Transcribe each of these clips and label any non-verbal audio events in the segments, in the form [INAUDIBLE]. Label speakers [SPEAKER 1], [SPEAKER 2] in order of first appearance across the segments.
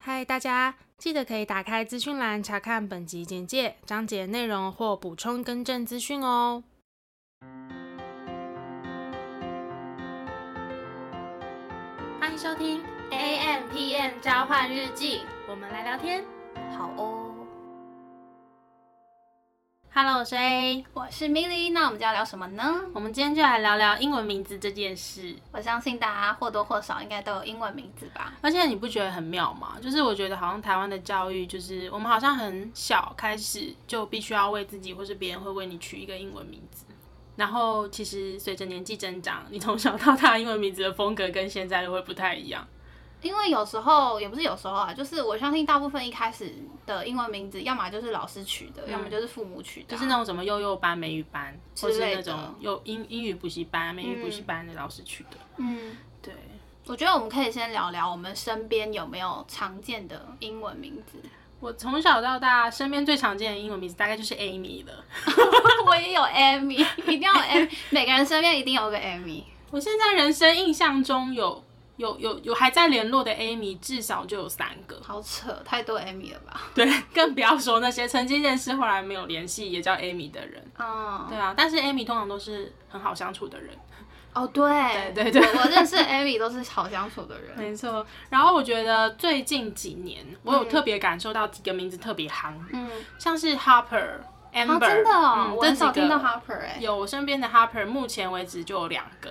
[SPEAKER 1] 嗨，大家记得可以打开资讯栏查看本集简介、章节内容或补充更正资讯哦。欢迎收听 A M P M 交换日记，我们来聊天。
[SPEAKER 2] 好哦，
[SPEAKER 1] Hello，我是 A，
[SPEAKER 2] 我是 Milly，那我们就要聊什么呢？
[SPEAKER 1] 我们今天就来聊聊英文名字这件事。
[SPEAKER 2] 我相信大家或多或少应该都有英文名字吧？
[SPEAKER 1] 而且你不觉得很妙吗？就是我觉得好像台湾的教育，就是我们好像很小开始就必须要为自己或是别人会为你取一个英文名字。然后其实随着年纪增长，你从小到大英文名字的风格跟现在的会不太一样。
[SPEAKER 2] 因为有时候也不是有时候啊，就是我相信大部分一开始的英文名字，要么就是老师取的，要么就是父母取的
[SPEAKER 1] 嗯就
[SPEAKER 2] 啊、
[SPEAKER 1] 是那种什么幼幼班、美语班，或是
[SPEAKER 2] 之类
[SPEAKER 1] 那
[SPEAKER 2] 的
[SPEAKER 1] 种幼英英语补习班、美语补习班的老师取的。
[SPEAKER 2] 嗯，
[SPEAKER 1] 对，
[SPEAKER 2] 我觉得我们可以先聊聊我们身边有没有常见的英文名字。 [LAUGHS]
[SPEAKER 1] 我从小到大身边最常见的英文名字大概就是 Amy 了。
[SPEAKER 2] 我也有 Amy，一定要有 Amy，每个人身边一定有个 Amy。
[SPEAKER 1] 我现在人生印象中有有有有还在联络的 Amy 至少就有三个，
[SPEAKER 2] 好扯，太多 Amy 了吧？
[SPEAKER 1] 对， [LAUGHS] 更不要说那些曾经认识后来没有联系也叫 Amy 的人。
[SPEAKER 2] 嗯，
[SPEAKER 1] 对啊，但是 Amy 通常都是很好相处的人，
[SPEAKER 2] 哦，对
[SPEAKER 1] 对对对
[SPEAKER 2] 我我认识 Amy 都是好相处的人。
[SPEAKER 1] 没错。然后我觉得最近几年，我有特别感受到几个名字特别夯，
[SPEAKER 2] 嗯，
[SPEAKER 1] 像是 Harper、Amber，、
[SPEAKER 2] 啊，真的、哦
[SPEAKER 1] 嗯
[SPEAKER 2] 我很少
[SPEAKER 1] 这
[SPEAKER 2] 听
[SPEAKER 1] 几
[SPEAKER 2] 到
[SPEAKER 1] 个
[SPEAKER 2] Harper 哎、
[SPEAKER 1] 有我身边的 Harper，目前为止就有两个，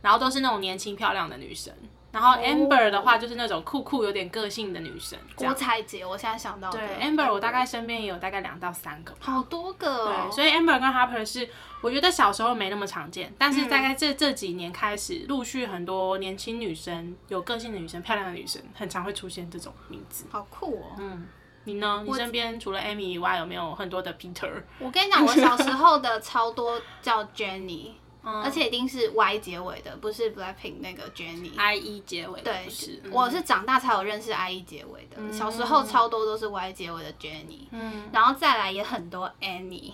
[SPEAKER 1] 然后都是那种年轻漂亮的女生。然
[SPEAKER 2] 哦
[SPEAKER 1] 后 Amber 的话，就是那种酷酷有点个性的女生。这样
[SPEAKER 2] 郭采洁，我现在想到的
[SPEAKER 1] 对，Amber 我大概身边也有大概两到三个吧。
[SPEAKER 2] 好多个、哦
[SPEAKER 1] 对，，所以 Amber 跟 Harper 是我觉得小时候没那么常见，但是大概这、这几年开始，陆续很多年轻女生、有个性的女生、漂亮的女生，很常会出现这种名字。
[SPEAKER 2] 好酷哦！
[SPEAKER 1] 嗯，你呢？你身边除了 Amy 以外，有没有很多的 Peter？
[SPEAKER 2] 我跟你讲，我小时候的超多叫 Jenny，、
[SPEAKER 1] [LAUGHS] 嗯
[SPEAKER 2] 而且一定是 Y 结尾的，不是 Blackpink 那个 Jenny。
[SPEAKER 1] ，I E 结尾的
[SPEAKER 2] 对
[SPEAKER 1] 不是，，嗯
[SPEAKER 2] 我是长大才有认识 I E 结尾的，小时候超多都是 Y 结尾的 Jenny，
[SPEAKER 1] 嗯，
[SPEAKER 2] 然后再来也很多 Annie，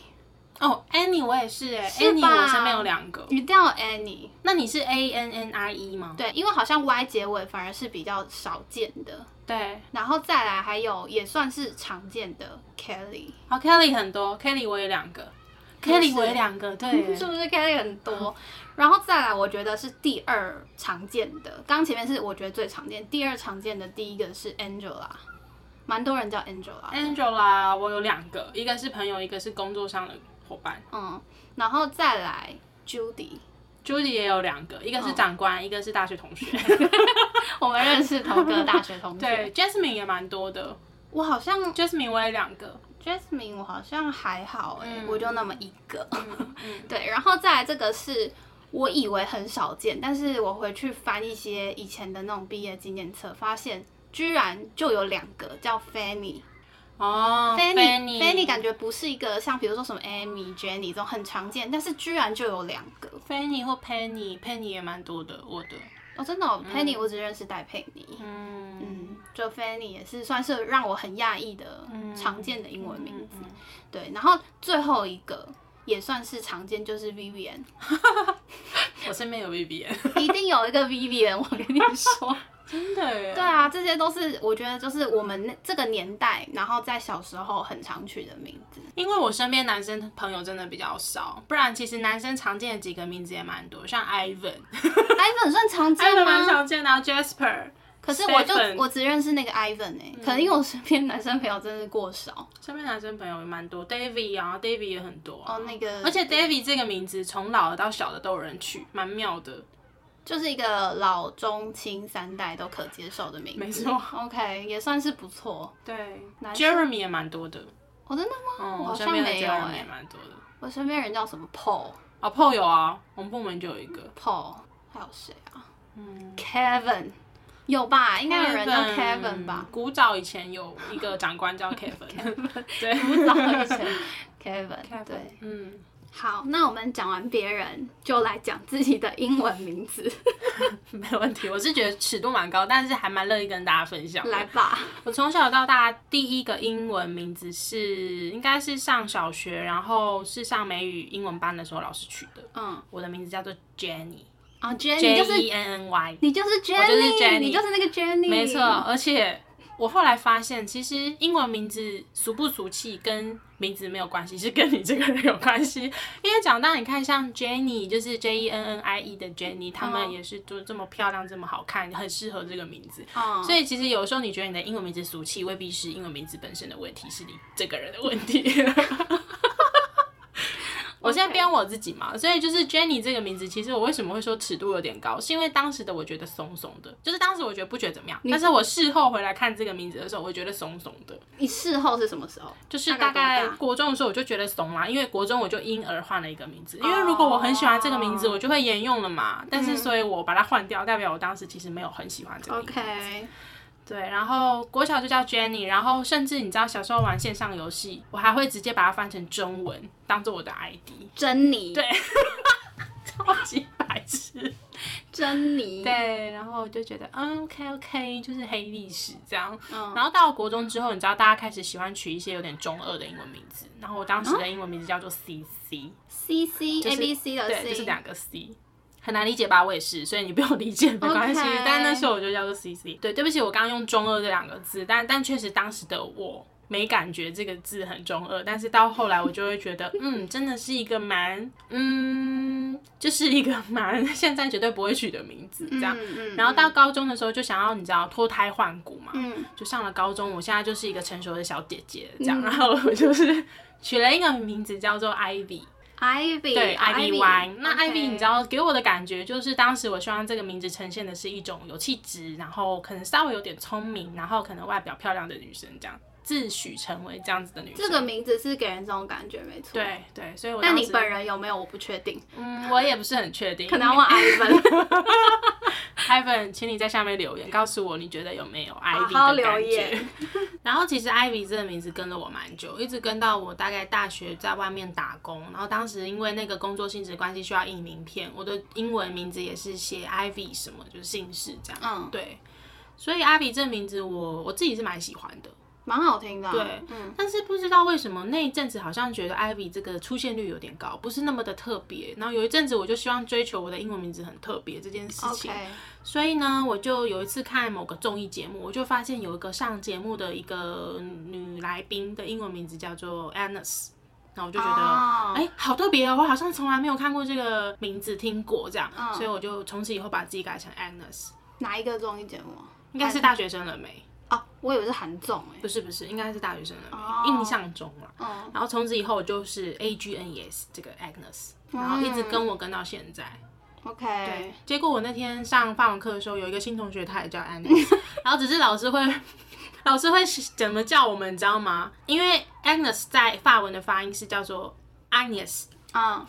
[SPEAKER 1] 哦，Annie 我也是哎
[SPEAKER 2] 是吧
[SPEAKER 1] ，Annie 我身边有两个。
[SPEAKER 2] 一定要有 Annie。
[SPEAKER 1] 那你是 A N N I E 吗？
[SPEAKER 2] 对，因为好像 Y 结尾反而是比较少见的，
[SPEAKER 1] 对，
[SPEAKER 2] 然后再来还有也算是常见的 Kelly，
[SPEAKER 1] 好，Kelly 很多，Kelly 我也两个，Kelly 我也两个，对，
[SPEAKER 2] [LAUGHS]
[SPEAKER 1] 嗯
[SPEAKER 2] 是不是 Kelly 很多？然后再来，我觉得是第二常见的，刚前面是我觉得最常见，第二常见的第一个是 Angela，蛮多人叫 Angela，
[SPEAKER 1] Angela，我有两个，一个是朋友，一个是工作上的伙伴。
[SPEAKER 2] 嗯，然后再来
[SPEAKER 1] [LAUGHS]
[SPEAKER 2] Judy，
[SPEAKER 1] Judy 也有两个，一个
[SPEAKER 2] 嗯
[SPEAKER 1] 是长官，一个是大学
[SPEAKER 2] [LAUGHS]
[SPEAKER 1] 同学。
[SPEAKER 2] 我们认识同个大学同学，
[SPEAKER 1] 对，Jasmine 也蛮多的
[SPEAKER 2] 我好像
[SPEAKER 1] ，Jasmine 我也两个。
[SPEAKER 2] Jasmine，我好像还好哎、
[SPEAKER 1] 嗯
[SPEAKER 2] 我就那么一个。 [LAUGHS] 对，然后再来这个是我以为很少见，但是我回去翻一些以前的那种毕业纪念册，发现居然就有两个叫 Fanny。
[SPEAKER 1] 哦
[SPEAKER 2] Fanny
[SPEAKER 1] ，Fanny，Fanny
[SPEAKER 2] 感觉不是一个像比如说什么 Amy、Jenny 这种很常见，但是居然就有两个
[SPEAKER 1] Fanny 或 Penny，Penny 也蛮多的，我的。
[SPEAKER 2] 哦，真的、哦 Penny 我只认识戴佩妮。
[SPEAKER 1] 嗯，嗯
[SPEAKER 2] 嗯，就 Fanny 也是算是让我很讶异的、常见的英文名字。对，然后最后一个也算是常见，就是
[SPEAKER 1] [LAUGHS]
[SPEAKER 2] Vivian，
[SPEAKER 1] 我身边有 Vivian，
[SPEAKER 2] 一定有一个 Vivian，我跟你 [LAUGHS] 说。
[SPEAKER 1] 真的耶。
[SPEAKER 2] [LAUGHS] 对啊，这些都是我觉得就是我们那这个年代，然后在小时候很常取的名
[SPEAKER 1] [LAUGHS]
[SPEAKER 2] 字。
[SPEAKER 1] 因为我身边男生朋友真的比较少，不然其实男生常见的几个名字也蛮多，像 Ivan，Ivan
[SPEAKER 2] Ivan 算常见
[SPEAKER 1] 蛮
[SPEAKER 2] 吗？
[SPEAKER 1] 常见的啊，Jasper，
[SPEAKER 2] 可是我就
[SPEAKER 1] Stephen
[SPEAKER 2] 我只认识那个 Ivan 哎、可能因为我身边男生朋友真的过少
[SPEAKER 1] 身边男生朋友也蛮多，Davy 啊，Davy 也很多啊、
[SPEAKER 2] 哦，那个
[SPEAKER 1] 而且 Davy 这个名字从老的到小的都有人取，蛮妙的。
[SPEAKER 2] 就是一个老中青三代都可接受的名字。
[SPEAKER 1] 没错
[SPEAKER 2] OK，也算是不错。
[SPEAKER 1] 对 [LAUGHS]
[SPEAKER 2] 男生
[SPEAKER 1] ，Jeremy 也蛮多的，
[SPEAKER 2] 哦，真的吗？
[SPEAKER 1] 嗯，
[SPEAKER 2] 我好
[SPEAKER 1] 我
[SPEAKER 2] 像
[SPEAKER 1] 身边的
[SPEAKER 2] 没有
[SPEAKER 1] Jeremy 也
[SPEAKER 2] 哎、
[SPEAKER 1] 蛮多的。
[SPEAKER 2] 我身边人叫什么 Paul、
[SPEAKER 1] 啊 p o 有啊，我们部门就有一个
[SPEAKER 2] Paul，还有谁啊？嗯，Kevin 有吧？应该有人叫 Kevin 吧？。
[SPEAKER 1] 古早以前有一个长官 [LAUGHS] 叫 Kevin，对，
[SPEAKER 2] 古早
[SPEAKER 1] [LAUGHS]
[SPEAKER 2] 以前 Kevin，对
[SPEAKER 1] Kevin，。嗯，
[SPEAKER 2] 好，那我们讲完别人，就来讲自己的英文名
[SPEAKER 1] [LAUGHS]
[SPEAKER 2] 字，
[SPEAKER 1] [LAUGHS] 没问题。我是觉得尺度蛮高，但是还蛮乐意跟大家分享的。
[SPEAKER 2] 来吧。
[SPEAKER 1] 我从小到大第一个英文名字是，应该是上小学，然后是上美语英文班的时候老师取的。
[SPEAKER 2] 嗯，
[SPEAKER 1] 我的名字叫做 Jenny，J
[SPEAKER 2] 啊，Jenny 就是
[SPEAKER 1] E N N Y，
[SPEAKER 2] 你就是 Jenny，
[SPEAKER 1] 就是 Jenny
[SPEAKER 2] 你就是那个 Jenny，
[SPEAKER 1] 没错。而且我后来发现，其实英文名字俗不俗气跟名字没有关系，是跟你这个人有关系。因为长大，你看像 Jenny，就是 J E N N I E 的 Jenny，他
[SPEAKER 2] 嗯
[SPEAKER 1] 们也是就这么漂亮，这么好看，很适合这个名字。
[SPEAKER 2] 嗯，
[SPEAKER 1] 所以其实有时候你觉得你的英文名字俗气，未必是英文名字本身的问题，是你这个人的问
[SPEAKER 2] [LAUGHS]
[SPEAKER 1] 题。我现在编我自己嘛，所以就是 Jenny 这个名字，其实我为什么会说尺度有点高，是因为当时的我觉得松松的，就是当时我觉得不觉得怎么样，但是我事后回来看这个名字的时候，我觉得松松的，
[SPEAKER 2] 你事后是什么时候？
[SPEAKER 1] 就是
[SPEAKER 2] 大
[SPEAKER 1] 大
[SPEAKER 2] 概
[SPEAKER 1] 概
[SPEAKER 2] 多大
[SPEAKER 1] 国中的时候我就觉得怂啦，因为国中我就因而换了一个名字，因为如果我很喜欢这个名字，
[SPEAKER 2] 哦
[SPEAKER 1] 我就会沿用了嘛，但是所以我把它换掉，代表我当时其实没有很喜欢这个名字。
[SPEAKER 2] OK，
[SPEAKER 1] 对，然后国小就叫 Jenny，然后甚至你知道小时候玩线上游戏，我还会直接把它翻成中文当做我的 ID，
[SPEAKER 2] 珍妮，
[SPEAKER 1] 对 [LAUGHS] 超级白痴。
[SPEAKER 2] 珍妮，，
[SPEAKER 1] 对，然后我就觉得嗯 OK OK，就是黑历史这样。
[SPEAKER 2] 嗯
[SPEAKER 1] 然后到了国中之后，你知道大家开始喜欢取一些有点中二的英文名字，然后我当时的英文名字叫做 CC，、
[SPEAKER 2] ，C C
[SPEAKER 1] 就是
[SPEAKER 2] A B C 的
[SPEAKER 1] 对，就是
[SPEAKER 2] C，
[SPEAKER 1] 两个 C。很难理解吧？我也是，所以你不用理解没关系。
[SPEAKER 2] OK
[SPEAKER 1] 但那时候我就叫做 CC。对，对不起，我刚刚用中二这两个字，但但确实当时的我没感觉这个字很中二，但是到后来我就会觉得，嗯，真的是一个蛮，嗯，就是一个蛮 [LAUGHS] 现在绝对不会取的名字这样。
[SPEAKER 2] 嗯
[SPEAKER 1] 然后到高中的时候就想要你知道脱胎换骨嘛，
[SPEAKER 2] 嗯
[SPEAKER 1] 就上了高中，我现在就是一个成熟的小姐姐这样。然后我就是取了一个名字叫做 Ivy。
[SPEAKER 2] ，Ivy，
[SPEAKER 1] 对
[SPEAKER 2] 哦
[SPEAKER 1] Ivy Y。那 Ivy
[SPEAKER 2] OK
[SPEAKER 1] 你知道给我的感觉就是，当时我希望这个名字呈现的是一种有气质，然后可能稍微有点聪明，然后可能外表漂亮的女生这样，自诩成为这样子的女生。
[SPEAKER 2] 这个名字是给人这种感觉，没错。，
[SPEAKER 1] 对对，所以我
[SPEAKER 2] 但
[SPEAKER 1] 当
[SPEAKER 2] 你
[SPEAKER 1] 时
[SPEAKER 2] 本人有没有？我不确定，
[SPEAKER 1] 嗯，我也不是很确定，
[SPEAKER 2] 可能要问 Ivan，
[SPEAKER 1] [LAUGHS] Ivan，请你在下面留言告诉我你觉得有没有 Ivy 的
[SPEAKER 2] 好
[SPEAKER 1] 感觉。
[SPEAKER 2] 留言
[SPEAKER 1] [LAUGHS] 然后其实 Ivy 这个名字跟了我蛮久，一直跟到我大概大学在外面打工，然后当时因为那个工作性质关系需要印名片，我的英文名字也是写 Ivy 什么，就是姓氏这样。
[SPEAKER 2] 嗯
[SPEAKER 1] 对。所以 Ivy 这个名字我我自己是蛮喜欢的，
[SPEAKER 2] 蛮好听的啊。
[SPEAKER 1] 对
[SPEAKER 2] 嗯，
[SPEAKER 1] 但是不知道为什么那一阵子好像觉得 Ivy 这个出现率有点高，不是那么的特别。然后有一阵子我就希望追求我的英文名字很特别这件事情。
[SPEAKER 2] ，OK，
[SPEAKER 1] 所以呢，我就有一次看某个综艺节目，我就发现有一个上节目的一个女来宾的英文名字叫做 Anus，那我就觉得，
[SPEAKER 2] 哦
[SPEAKER 1] 哎、好特别哦，我好像从来没有看过这个名字，听过这样，
[SPEAKER 2] 嗯
[SPEAKER 1] 所以我就从此以后把自己改成 Anus，
[SPEAKER 2] 哪一个综艺节目啊？
[SPEAKER 1] 应该是大学生了没？
[SPEAKER 2] 哦，我以为是韩综哎。
[SPEAKER 1] 不是不是，应该是大学生了没？
[SPEAKER 2] 哦
[SPEAKER 1] 印象中了。
[SPEAKER 2] 嗯，
[SPEAKER 1] 然后从此以后我就是 A G N E S 这个 Agnes，然后一直跟我跟到现在。
[SPEAKER 2] ，OK，
[SPEAKER 1] 结果我那天上法文课的时候，有一个新同学，他也叫
[SPEAKER 2] [LAUGHS]
[SPEAKER 1] Agnes，然后只是老师会， [LAUGHS] 老师会怎么叫我们，你知道吗？因为 Agnes 在法文的发音是叫做 Agnes。
[SPEAKER 2] 嗯，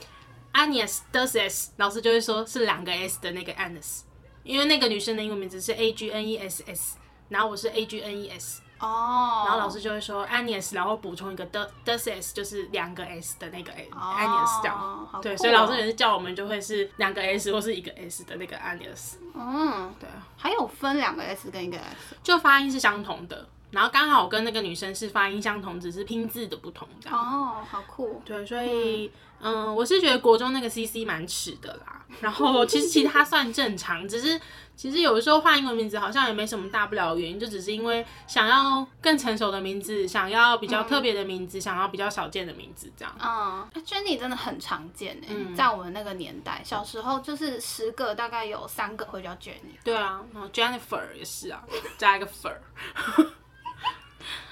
[SPEAKER 1] Agnes does s，老师就会说是两个 s 的那个 Agnes，因为那个女生的英文名字是 A G N E S S，然后我是 A G N E S，
[SPEAKER 2] 哦，
[SPEAKER 1] 然后老师就会说 Agnes，然后补充一个 does does s，就是两个 s 的那个 S-
[SPEAKER 2] 哦
[SPEAKER 1] Agnes 这样。
[SPEAKER 2] 好
[SPEAKER 1] 对，
[SPEAKER 2] 酷
[SPEAKER 1] 所以老
[SPEAKER 2] 哦
[SPEAKER 1] 师也是叫我们就会是两个 s 或是一个 s 的那个 Agnes。
[SPEAKER 2] 嗯，
[SPEAKER 1] 对啊，
[SPEAKER 2] 还有分两个 S 跟一个 S
[SPEAKER 1] 就发音是相同的，然后刚好我跟那个女生是发音相同，只是拼字的不同这样。
[SPEAKER 2] 哦，好酷，
[SPEAKER 1] 对，所以嗯我是觉得国中那个 CC 蛮耻的啦。然
[SPEAKER 2] [LAUGHS]
[SPEAKER 1] 后其实其他算正常，只是其实有的时候换英文名字好像也没什么大不了的原因，就只是因为想要更成熟的名字，想要比较特别的名字，想要比较少见的名字这样。
[SPEAKER 2] 嗯，Jenny 真的很常见诶、
[SPEAKER 1] 嗯
[SPEAKER 2] 在我们那个年代，小时候就是十个大概有三个会叫 Jenny。
[SPEAKER 1] 对啊，然后 Jennifer 也是啊，加一个 fer，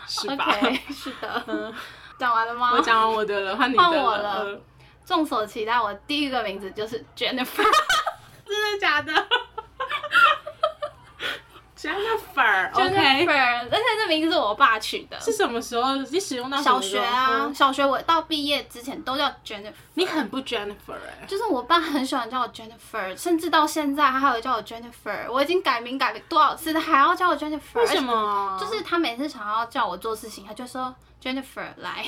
[SPEAKER 1] 是吧 [LAUGHS]
[SPEAKER 2] OK，是的。讲完了吗
[SPEAKER 1] 嗯我？讲完我的了，换你的
[SPEAKER 2] 换我了
[SPEAKER 1] 呃
[SPEAKER 2] 众所期待，我第一个名字就是
[SPEAKER 1] [LAUGHS]
[SPEAKER 2] Jennifer。
[SPEAKER 1] 真的假
[SPEAKER 2] [LAUGHS]
[SPEAKER 1] 的？Jennifer，OK，、
[SPEAKER 2] Jennifer，而且这名字是我爸取的。
[SPEAKER 1] 是什么时候？你使用到什
[SPEAKER 2] 小
[SPEAKER 1] 么时
[SPEAKER 2] 学
[SPEAKER 1] 候
[SPEAKER 2] 啊，
[SPEAKER 1] 嗯
[SPEAKER 2] 小学我到毕业之前都叫 Jennifer，
[SPEAKER 1] 你很不 Jennifer 哎、
[SPEAKER 2] 就是我爸很喜欢叫我 Jennifer，甚至到现在他还会叫我 Jennifer。我已经改名改了多少次，他还要叫我 Jennifer。
[SPEAKER 1] 为什？么？
[SPEAKER 2] 就是他每次想要叫我做事情，他就说 Jennifer
[SPEAKER 1] [LAUGHS]
[SPEAKER 2] 来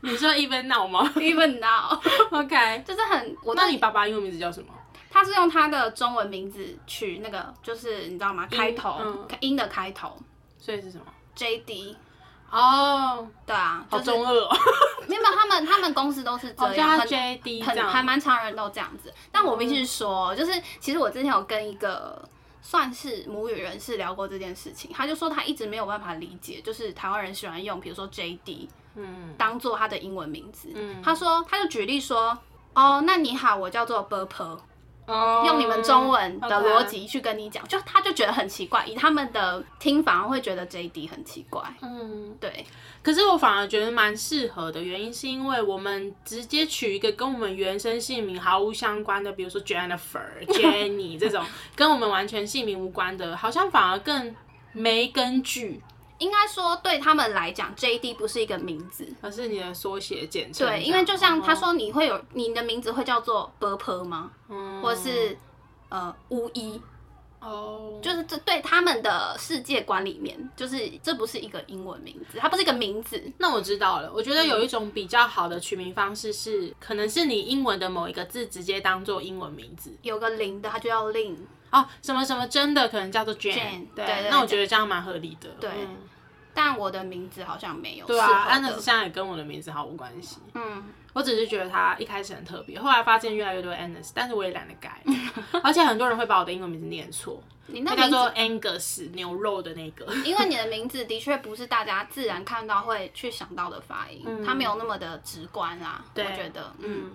[SPEAKER 1] 你说 even now
[SPEAKER 2] [LAUGHS]
[SPEAKER 1] 吗
[SPEAKER 2] ，even now，
[SPEAKER 1] ？OK，
[SPEAKER 2] 就是很我
[SPEAKER 1] 那
[SPEAKER 2] 那
[SPEAKER 1] 你爸爸英文名字叫什么？
[SPEAKER 2] 他是用他的中文名字取那个，就是你知道吗？开头
[SPEAKER 1] 嗯
[SPEAKER 2] 音的开头
[SPEAKER 1] 所以是什么？
[SPEAKER 2] JD，
[SPEAKER 1] 哦、
[SPEAKER 2] 对啊，
[SPEAKER 1] 好
[SPEAKER 2] 就是
[SPEAKER 1] 中二哦，
[SPEAKER 2] 没有没有他们他们公司都是
[SPEAKER 1] 我叫
[SPEAKER 2] 这样，
[SPEAKER 1] 他
[SPEAKER 2] 很
[SPEAKER 1] JD 这
[SPEAKER 2] 很还
[SPEAKER 1] 样。嗯
[SPEAKER 2] 蛮常人都这样子。但我必须说，就是其实我之前有跟一个算是母语人士聊过这件事情，他就说他一直没有办法理解，就是台湾人喜欢用比如说 JD，嗯，当做他的英文名字。嗯，他说他就举例说，哦，那你好，我叫做 Burp，
[SPEAKER 1] 哦
[SPEAKER 2] 用你们中文的
[SPEAKER 1] OK
[SPEAKER 2] 逻辑去跟你讲，就他就觉得很奇怪，以他们的听法会觉得 JD 很奇怪。
[SPEAKER 1] 嗯，
[SPEAKER 2] 对，
[SPEAKER 1] 可是我反而觉得蛮适合的，原因是因为我们直接取一个跟我们原生姓名毫无相关的，比如说 Jennifer、Jenny
[SPEAKER 2] [LAUGHS]
[SPEAKER 1] 这种跟我们完全姓名无关的，好像反而更没根据，
[SPEAKER 2] 应该说对他们来讲，JD 不是一个名字。
[SPEAKER 1] 而是你的缩写简称这样。
[SPEAKER 2] 对，因为就像他
[SPEAKER 1] 哦，
[SPEAKER 2] 说，你会有你的名字会叫做 Burp 吗？
[SPEAKER 1] 嗯
[SPEAKER 2] 或是呃巫医，
[SPEAKER 1] 哦，
[SPEAKER 2] 就是这对他们的世界观里面，就是这不是一个英文名字，它不是一个名字。
[SPEAKER 1] 那我知道了。我觉得有一种比较好的取名方式是，可能是你英文的某一个字直接当做英文名字
[SPEAKER 2] 有个零的，它就叫 Lin。
[SPEAKER 1] 哦，什么什么真的可能叫做 Jane，,
[SPEAKER 2] Jane，
[SPEAKER 1] 对，
[SPEAKER 2] 对对
[SPEAKER 1] 那我觉得这样蛮合理的。嗯对
[SPEAKER 2] 但我的名字好像没有。
[SPEAKER 1] 对啊，安
[SPEAKER 2] 的
[SPEAKER 1] 德斯现在也跟我的名字毫无关系。
[SPEAKER 2] 嗯，
[SPEAKER 1] 我只是觉得他一开始很特别，后来发现越来越多 Anus，但是我也懒得
[SPEAKER 2] [LAUGHS]
[SPEAKER 1] 改，而且很多人会把我的英文名字念错，
[SPEAKER 2] 你
[SPEAKER 1] 它
[SPEAKER 2] 那
[SPEAKER 1] 叫
[SPEAKER 2] 名
[SPEAKER 1] 做
[SPEAKER 2] 字，
[SPEAKER 1] Angus 牛肉的那个。 [LAUGHS]
[SPEAKER 2] 因为你的名字的确不是大家自然看到会去想到的发音，它没有那么的直观啦。我觉得，嗯。
[SPEAKER 1] 嗯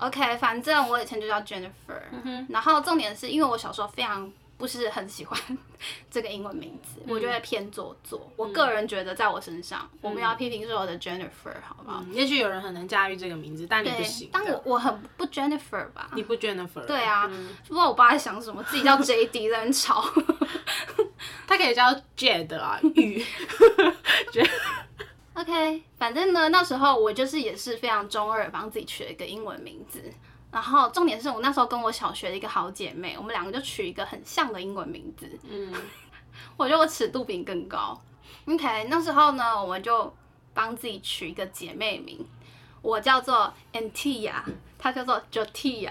[SPEAKER 2] OK，反正我以前就叫 Jennifer，、然后重点是因为我小时候非常不是很喜欢 [LAUGHS] 这个英文名字，
[SPEAKER 1] 嗯
[SPEAKER 2] 我觉得偏做作。我个人觉得在我身上，我们要批评所有的 Jennifer，好不好？
[SPEAKER 1] 嗯，也许有人很能驾驭这个名字，但你不
[SPEAKER 2] 对
[SPEAKER 1] 行，。
[SPEAKER 2] 但我我很不 Jennifer 吧？
[SPEAKER 1] 你不嗯 Jennifer？
[SPEAKER 2] 对啊，不知道我爸在想什么，自己叫 JD 在那边吵。 [LAUGHS]
[SPEAKER 1] 他可以叫 Jade 啊，玉。 [LAUGHS]
[SPEAKER 2] OK，反正呢，那时候我就是也是非常中二，帮自己取了一个英文名字。然后重点是我那时候跟我小学的一个好姐妹，我们两个就取一个很像的英文名字。
[SPEAKER 1] 嗯，
[SPEAKER 2] 我觉得我尺度比你更高。OK，那时候呢，我们就帮自己取一个姐妹名，我叫做 Antia，她叫做 Jotia，A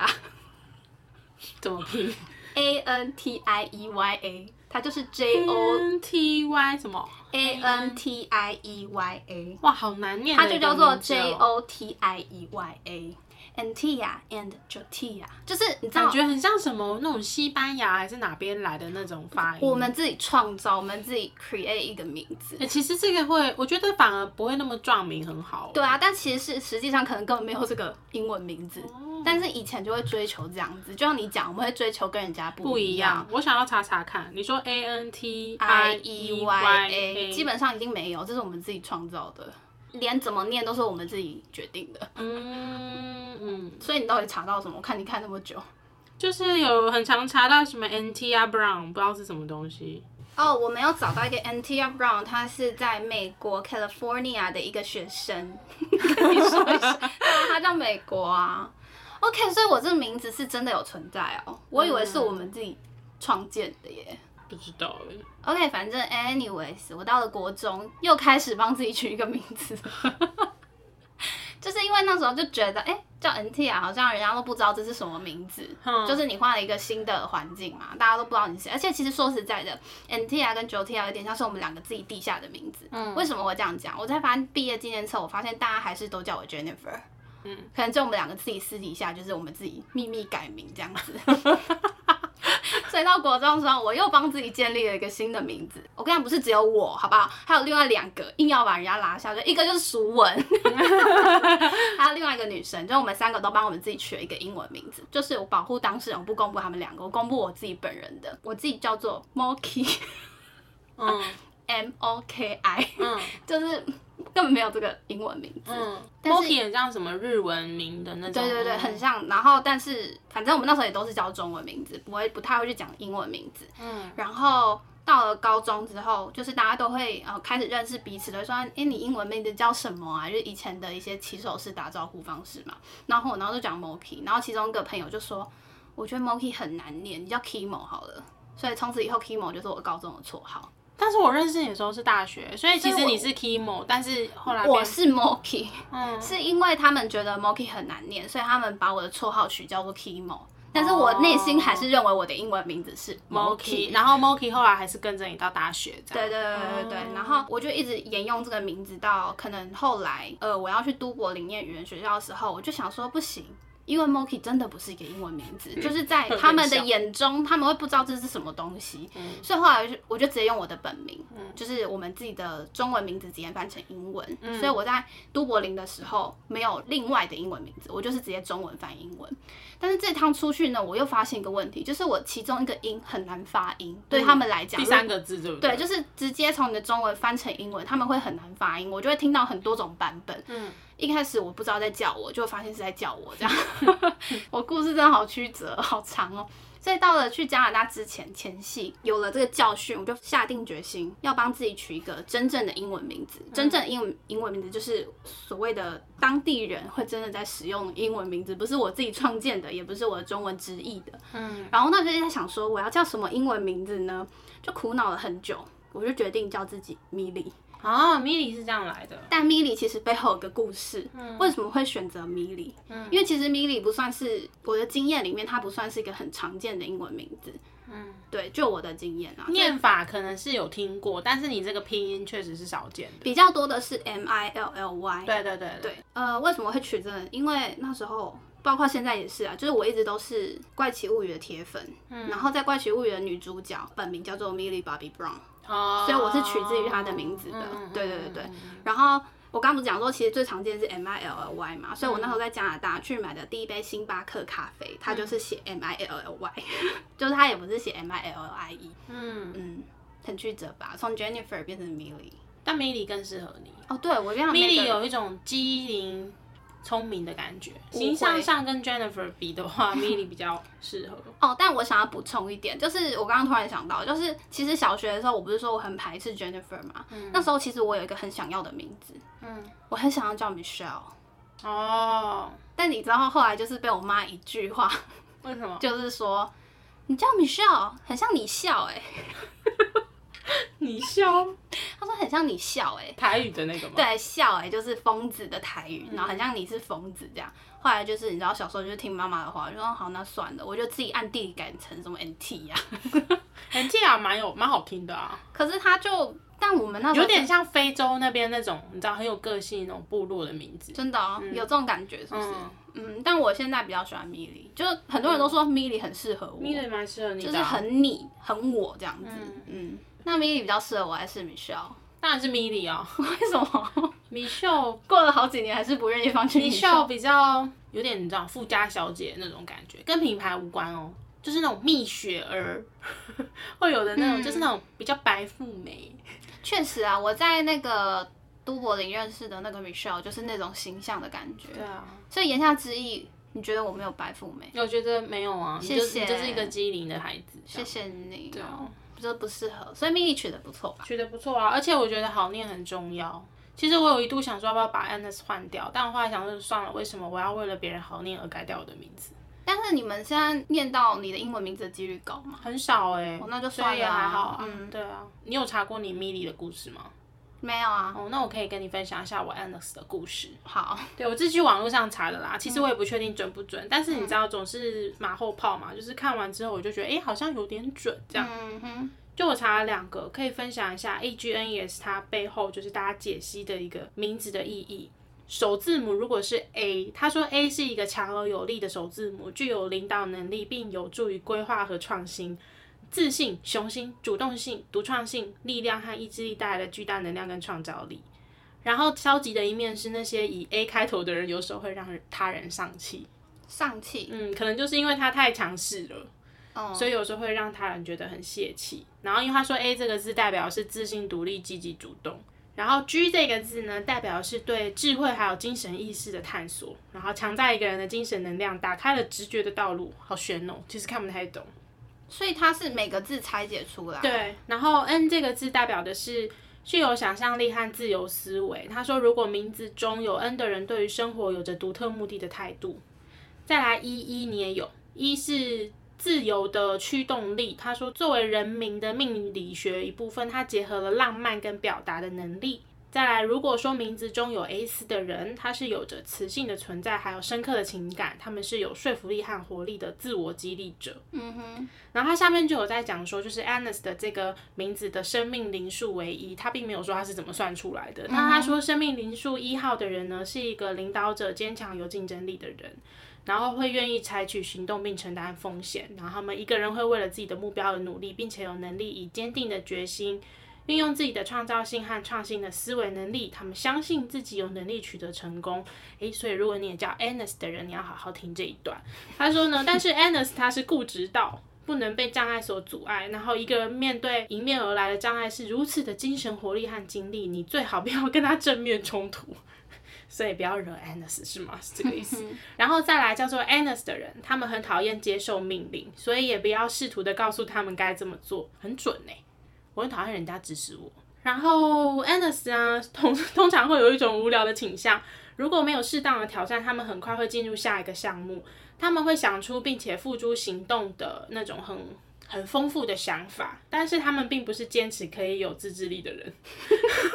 [SPEAKER 1] 怎么拼
[SPEAKER 2] N T I E Y A，她就是 J O
[SPEAKER 1] ？N T Y 什么？
[SPEAKER 2] A N T I E Y A，
[SPEAKER 1] 哇，好难念的
[SPEAKER 2] 它
[SPEAKER 1] 一个
[SPEAKER 2] 就
[SPEAKER 1] 名字
[SPEAKER 2] 叫
[SPEAKER 1] 哦。
[SPEAKER 2] 做 J O T I E Y A。Antia and Jotia，就是你知道
[SPEAKER 1] 感，觉很像什么那种西班牙还是哪边来的那种发音。
[SPEAKER 2] 我们自己创造，我们自己 create 一个名字。
[SPEAKER 1] 欸其实这个会，我觉得反而不会那么撞名，很好。
[SPEAKER 2] 对啊，但其实是实际上可能根本没有这个英文名字，
[SPEAKER 1] 哦
[SPEAKER 2] 但是以前就会追求这样子，就像你讲，我们会追求跟人家
[SPEAKER 1] 不
[SPEAKER 2] 不
[SPEAKER 1] 一
[SPEAKER 2] 样。
[SPEAKER 1] 样。我想要查查看，你说 A N T
[SPEAKER 2] I E
[SPEAKER 1] E
[SPEAKER 2] Y
[SPEAKER 1] Y
[SPEAKER 2] A 基本上已经没有，这是我们自己创造的，连怎么念都是我们自己决定的。
[SPEAKER 1] 嗯嗯，
[SPEAKER 2] 所以你到底查到什么？我看你看那么久。
[SPEAKER 1] 就是有很常查到什么 N T 啊 Brown，不知道是什么东西。
[SPEAKER 2] 哦我没有找到一个 Antia Brown，他是在美国 California 的一个学生， [LAUGHS] 跟你说一下，对啊，他叫美国啊。OK，所以我这个名字是真的有存在哦，我以为是我们自己创建的耶。
[SPEAKER 1] 不知道欸
[SPEAKER 2] OK，反正 anyways，我到了国中又开始帮自己取一个名字， [LAUGHS] 就是因为那时候就觉得，哎、叫 NT 啊，好像人家都不知道这是什么名字，
[SPEAKER 1] 嗯
[SPEAKER 2] 就是你换了一个新的环境嘛，大家都不知道你是谁。而且其实说实在的，NT 啊跟 JT 啊有点像是我们两个自己地下的名字。嗯，为什么我这样讲？我在翻毕业纪念册，我发现大家还是都叫我 Jennifer。嗯，可能就我们两个自己私底下，就是我们自己秘密改名这样 [LAUGHS] 子。所以到国中的时候，我又帮自己建立了一个新的名字。我跟你讲，不是只有我，好不好？还有另外两个，硬要把人家拉下水，一个就是熟文， [LAUGHS] 还有另外一个女生，就我们三个都帮我们自己取了一个英文名字，就是我保护当事人，我不公布他们两个，我公布我自己本人的，我自己叫做 Moki
[SPEAKER 1] 嗯
[SPEAKER 2] M O K I， [LAUGHS]
[SPEAKER 1] 嗯
[SPEAKER 2] 就是根本没有这个英文名字。
[SPEAKER 1] 嗯
[SPEAKER 2] [LAUGHS] 但是
[SPEAKER 1] ，Moki 也像什么日文名的那种。嗯
[SPEAKER 2] 对对对，很像。然后，但是反正我们那时候也都是叫中文名字，不会不太会去讲英文名字。
[SPEAKER 1] 嗯
[SPEAKER 2] 然后到了高中之后，就是大家都会呃开始认识彼此，都会说，哎，你英文名字叫什么啊？就是以前的一些起手式打招呼方式嘛。然后我然后就讲 Moki，然后其中一个朋友就说，我觉得 Moki 很难念，你叫 Kimo 好了。所以从此以后，Kimo 就是我高中的绰号。
[SPEAKER 1] 但是我认识你的时候是大学，所以其
[SPEAKER 2] 所以
[SPEAKER 1] 实
[SPEAKER 2] 我
[SPEAKER 1] 你是 Kimo，但是后来
[SPEAKER 2] 我
[SPEAKER 1] 变
[SPEAKER 2] 是 Moki，
[SPEAKER 1] 嗯
[SPEAKER 2] 是因为他们觉得 Moki 很难念，所以他们把我的绰号取叫做 Kimo。但是我内心还是认为我的英文名字是
[SPEAKER 1] Moki，然后 Moki 后来还是跟着你到大学这样。
[SPEAKER 2] 对对对对对，
[SPEAKER 1] 哦
[SPEAKER 2] 然后我就一直沿用这个名字到可能后来，呃，我要去都柏林念语言学校的时候，我就想说不行，因为 Moki 真的不是一个英文名字，就是在他们的眼中，他们会不知道这是什么东西，
[SPEAKER 1] 嗯
[SPEAKER 2] 所以后来我就我就直接用我的本名，就是我们自己的中文名字直接翻成英文，
[SPEAKER 1] 嗯
[SPEAKER 2] 所以我在都柏林的时候没有另外的英文名字，我就是直接中文翻英文。但是这趟出去呢，我又发现一个问题，就是我其中一个音很难发音，对他们来讲，
[SPEAKER 1] 第三个字对不
[SPEAKER 2] 对，就是直接从你的中文翻成英文，他们会很难发音，我就会听到很多种版本。嗯，一开始我不知道在叫我，就发现是在叫我这样。 [LAUGHS] 我故事真的好曲折，好长哦。所以到了去加拿大之前前戏，有了这个教训，我就下定决心要帮自己取一个真正的英文名字。真正的英文英文名字就是所谓的当地人会真的在使用英文名字，不是我自己创建的，也不是我的中文直译的。嗯，然后那时候就在想说，我要叫什么英文名字呢？就苦恼了很久，我就决定叫自己米莉。
[SPEAKER 1] 哦，米莉是这样来的。
[SPEAKER 2] 但米莉其实背后有个故事，为什么会选择米莉？因为其实米莉不算是我的经验里面，它不算是一个很常见的英文名字。嗯，对，就我的经验啊，
[SPEAKER 1] 念法可能是有听过，但是你这个拼音确实是少见的。
[SPEAKER 2] 比较多的是 M I L L Y。
[SPEAKER 1] 对对对
[SPEAKER 2] 哎对，呃，为什么会取这个？因为那时候。包括现在也是啊，就是我一直都是《怪奇物语》的铁粉，然后在《怪奇物语》的女主角本名叫做 Millie Bobby Brown，、
[SPEAKER 1] 哦
[SPEAKER 2] 所以我是取自于她的名字的。
[SPEAKER 1] 嗯
[SPEAKER 2] 对对对对。然后我刚不是讲说，其实最常见是 M I L L Y 嘛，所以我那
[SPEAKER 1] 嗯
[SPEAKER 2] 时候在加拿大去买的第一杯星巴克咖啡，它就是写 M I L L Y，就是 [LAUGHS] 它也不是写 M I L L I E，
[SPEAKER 1] 嗯，
[SPEAKER 2] 嗯，很曲折吧，从 Jennifer 变成 Millie。
[SPEAKER 1] 但米莉更适合你。
[SPEAKER 2] 哦，对，我这样
[SPEAKER 1] 米莉
[SPEAKER 2] 有
[SPEAKER 1] 有一种机灵、聪明的感觉，形象上跟 Jennifer 比的
[SPEAKER 2] [LAUGHS]
[SPEAKER 1] 话，米莉比较适合。
[SPEAKER 2] 哦，但我想要补充一点，就是我刚刚突然想到，就是其实小学的时候，我不是说我很排斥 Jennifer 嘛，
[SPEAKER 1] 嗯
[SPEAKER 2] 那时候其实我有一个很想要的名字，嗯，我很想要叫 Michelle，
[SPEAKER 1] 哦，
[SPEAKER 2] 但你知道后来就是被我妈一句话，
[SPEAKER 1] 为什么？
[SPEAKER 2] 就是说你叫 Michelle 很像你笑 [LAUGHS] 哎、
[SPEAKER 1] 你笑
[SPEAKER 2] 她说很像你笑哎、
[SPEAKER 1] 台语的那个吗？
[SPEAKER 2] 对，笑哎、就是疯子的台语，然后很像你是疯子这样。后来就是你知道小时候就是听妈妈的话，我就说哦好那算了，我就自己暗地里改成什么 NT 呀、
[SPEAKER 1] 很听啊，蛮有蛮好听的啊，
[SPEAKER 2] [LAUGHS] 可是他就，但我们那时候
[SPEAKER 1] 有点像非洲那边那种，你知道很有个性那种部落的名字。
[SPEAKER 2] 真的、哦有这种感觉是不是？嗯但我现在比较喜欢米莉，就是很多人都说米莉很适合我，
[SPEAKER 1] 米莉蛮适合你
[SPEAKER 2] 就
[SPEAKER 1] 的
[SPEAKER 2] 是
[SPEAKER 1] 啊，
[SPEAKER 2] 很你很我这样子。嗯，那米莉比较适合我还是 Michelle？ [LAUGHS]
[SPEAKER 1] 当然是米莉 [LAUGHS] 啊。
[SPEAKER 2] 为什么 [LAUGHS]
[SPEAKER 1] 米秀，
[SPEAKER 2] 过了好几年还是不愿意放弃
[SPEAKER 1] 米
[SPEAKER 2] Michelle？
[SPEAKER 1] 秀比较有点你知道富家小姐那种感觉，跟品牌无关哦，就是那种蜜雪儿 [LAUGHS] 会有的那种，就是那种比较白富美。
[SPEAKER 2] 确实啊，我在那个都柏林认识的那个 Michelle 就是那种形象的感觉。
[SPEAKER 1] 对啊，
[SPEAKER 2] 所以言下之意，你觉得我没有白富美？
[SPEAKER 1] 我觉得没有啊，你就
[SPEAKER 2] 谢谢
[SPEAKER 1] 你就是一个机灵的孩子，
[SPEAKER 2] 谢谢你、哦
[SPEAKER 1] 对啊，
[SPEAKER 2] 这不适合，所以米莉取得不错吧？
[SPEAKER 1] 觉得不错啊。而且我觉得好念很重要。其实我有一度想说要不要把 Annes 换掉，但我后来想说算了，为什么我要为了别人好念而改掉我的名字？
[SPEAKER 2] 但是你们现在念到你的英文名字的几率高吗？
[SPEAKER 1] 很少哎、欸
[SPEAKER 2] 那就
[SPEAKER 1] 所
[SPEAKER 2] 算
[SPEAKER 1] 以也
[SPEAKER 2] 了啊
[SPEAKER 1] 还好啊。
[SPEAKER 2] 嗯
[SPEAKER 1] 对啊，你有查过你 Milly 的故事吗？
[SPEAKER 2] 没有啊，
[SPEAKER 1] 哦，那我可以跟你分享一下我 Annes 的故事。
[SPEAKER 2] 好，
[SPEAKER 1] 对我自己去网络上查的啦，其实我也不确定准不准，但是你知道总是马后炮嘛，就是看完之后我就觉得，哎、好像有点准 [LAUGHS] 这样。
[SPEAKER 2] 嗯哼，
[SPEAKER 1] 就我查了两个，可以分享一下。A G N 也是它背后就是大家解析的一个名字的意义。首字母如果是 A，他说 A 是一个强而有力的首字母，具有领导能力，并有助于规划和创新。自信、雄心、主动性、独创性、力量和意志力带来的巨大能量跟创造力。然后消极的一面是那些以 A 开头的人，有时候会让人他人丧气。
[SPEAKER 2] 上气，
[SPEAKER 1] 嗯，可能就是因为他太强势了。
[SPEAKER 2] 哦，
[SPEAKER 1] 所以有时候会让他人觉得很泄气。然后因为他说 A 这个字代表是自信、独立、积极、主动，然后 G 这个字呢，代表是对智慧还有精神意识的探索，然后强大一个人的精神能量，打开了直觉的道路。好玄哦，其实看不太懂。
[SPEAKER 2] 所以它是每个字拆解出来，，
[SPEAKER 1] 对，然后 N 这个字代表的是具有想象力和自由思维。他说，如果名字中有 N 的人，对于生活有着独特目的的态度。再来一一你也有，一是自由的驱动力。他说，作为人民的命理学一部分，它结合了浪漫跟表达的能力。再来，如果说名字中有 S 的人，他是有着磁性的存在，还有深刻的情感，他们是有说服力和活力的自我激励者。
[SPEAKER 2] 嗯哼，
[SPEAKER 1] 然后他下面就有在讲说，就是 Anis 的这个名字的生命灵数为一，他并没有说他是怎么算出来的。但他说生命灵数一号的人呢，是一个领导者、坚强、有竞争力的人。然后会愿意采取行动并承担风险，然后他们一个人会为了自己的目标而努力，并且有能力以坚定的决心，运用自己的创造性和创新的思维能力，他们相信自己有能力取得成功。诶，所以如果你也叫 Anis 的人，你要好好听这一段。他说呢，但是 Anis 他是固执到。不能被障碍所阻碍，然后一个人面对迎面而来的障碍是如此的精神活力和精力，你最好不要跟他正面冲突， [LAUGHS] 所以不要惹 Anis 是吗？是这个意思。然后再来叫做 Anis 的人，他们很讨厌接受命令，所以也不要试图的告诉他们该这么做，很准呢、我很讨厌人家指使我。然后 Anis 啊，通通常会有一种无聊的倾向，如果没有适当的挑战，他们很快会进入下一个项目。他们会想出并且付诸行动的那种很很丰富的想法，但是他们并不是坚持可以有自制力的人。 [LAUGHS]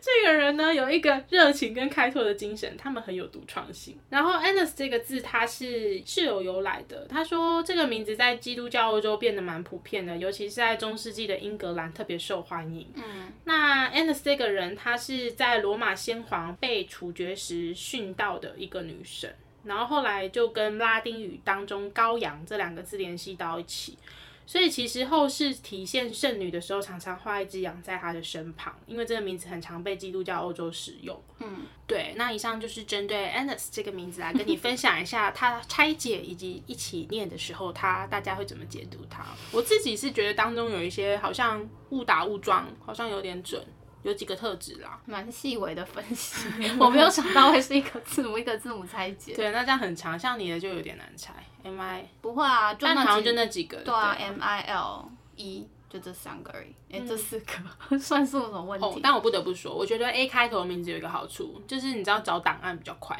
[SPEAKER 1] 这个人呢，有一个热情跟开拓的精神，他们很有独创性。然后 Anis 这个字，它是是有由来的。他说这个名字在基督教欧洲变得蛮普遍的，尤其是在中世纪的英格兰特别受欢迎。嗯，那 Anis 这个人，她是在罗马先皇被处决时殉道的一个女神。然后后来就跟拉丁语当中“羔羊”这两个字联系到一起，所以其实后世体现圣女的时候，常常画一只羊在她的身旁，因为这个名字很常被基督教欧洲使用。嗯，对。那以上就是针对 Anis 这个名字啊来跟你分享一下，它拆解以及一起念的时候，它大家会怎么解读它。我自己是觉得当中有一些好像误打误撞，好像有点准，有几个特质啦。
[SPEAKER 2] 蛮细微的分
[SPEAKER 1] [LAUGHS]
[SPEAKER 2] 析，我没有想到会是一个字母一个字母拆解。
[SPEAKER 1] 对，那这样很长，像你的就有点难猜。M I，
[SPEAKER 2] 不会啊，就
[SPEAKER 1] 但好
[SPEAKER 2] 那
[SPEAKER 1] 像
[SPEAKER 2] 几
[SPEAKER 1] 就那几个。
[SPEAKER 2] 对啊，M I L E 就这三个而已，哎、这四个 [LAUGHS] 算是有什么问
[SPEAKER 1] 嗯哦
[SPEAKER 2] 题？，
[SPEAKER 1] 但我不得不说，我觉得 A 开头的名字有一个好处，就是你知道找档案比较快，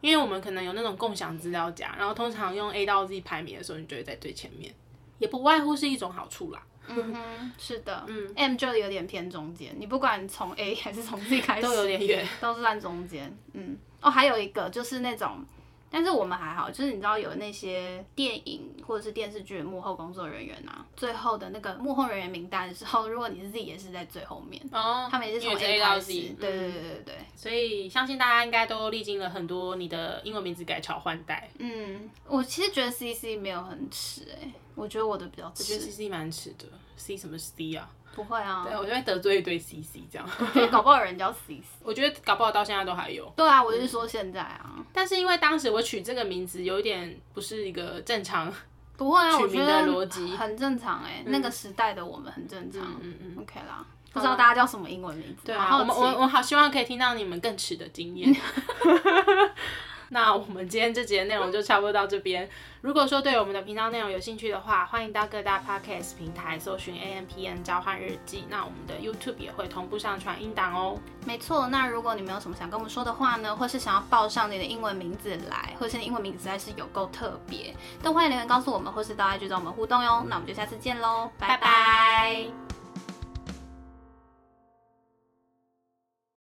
[SPEAKER 1] 因为我们可能有那种共享资料夹，然后通常用 A 到 Z 排名的时候，你就会在最前面，也不外乎是一种好处啦。
[SPEAKER 2] 嗯哼，是的，嗯，M 就有点偏中间，你不管从 A 还是从 Z 开始，
[SPEAKER 1] 都有点远，
[SPEAKER 2] 都是站中间。嗯，哦，还有一个就是那种，但是我们还好，就是你知道有那些电影或者是电视剧的幕后工作人员啊，最后的那个幕后人员名单的时候，如果你是 Z 也是在最后面，
[SPEAKER 1] 哦
[SPEAKER 2] 他们也是从
[SPEAKER 1] A
[SPEAKER 2] 开
[SPEAKER 1] 到
[SPEAKER 2] 始，
[SPEAKER 1] Z，嗯
[SPEAKER 2] 对对对对对，
[SPEAKER 1] 所以相信大家应该都历经了很多你的英文名字改朝换代，
[SPEAKER 2] 嗯，我其实觉得 C C 没有很迟哎、我觉得我的比较
[SPEAKER 1] 我觉得
[SPEAKER 2] 迟，
[SPEAKER 1] C C 蛮迟的，C 什么 C 啊？
[SPEAKER 2] 不会啊
[SPEAKER 1] 对，，我就会得罪一堆 C C 这样。
[SPEAKER 2] 对搞不好有人叫 C C，
[SPEAKER 1] [LAUGHS] 我觉得搞不好到现在都还有。
[SPEAKER 2] [LAUGHS] 对啊，我是说现在啊，
[SPEAKER 1] 但是因为当时我取这个名字有一点不是一个正常，
[SPEAKER 2] 不会啊，
[SPEAKER 1] 取
[SPEAKER 2] 我觉
[SPEAKER 1] 名的
[SPEAKER 2] 得
[SPEAKER 1] 逻辑
[SPEAKER 2] 很正常哎、那个时代的我们很正常、
[SPEAKER 1] 嗯嗯，
[SPEAKER 2] o k 啦。不知道大家叫什么英文名字？
[SPEAKER 1] 对
[SPEAKER 2] 好
[SPEAKER 1] 啊，
[SPEAKER 2] 好
[SPEAKER 1] 我们
[SPEAKER 2] 奇
[SPEAKER 1] 我我好希望可以听到你们更迟的经
[SPEAKER 2] [LAUGHS]
[SPEAKER 1] 验。 [LAUGHS] 那我们今天这集的内容就差不多到这边。如果说对我们的频道内容有兴趣的话，欢迎到各大 podcast 平台搜寻 A M P N 交换日记。那我们的 YouTube 也会同步上传音档哦。
[SPEAKER 2] 没错，那如果你们有什么想跟我们说的话呢，或是想要报上你的英文名字来，或是你英文名字实在是有够特
[SPEAKER 1] 嗯
[SPEAKER 2] 别，都欢迎留言告诉我们，或是到 IG 找我们互动哟。那我们就下次见喽，
[SPEAKER 1] 拜
[SPEAKER 2] 拜拜
[SPEAKER 1] 拜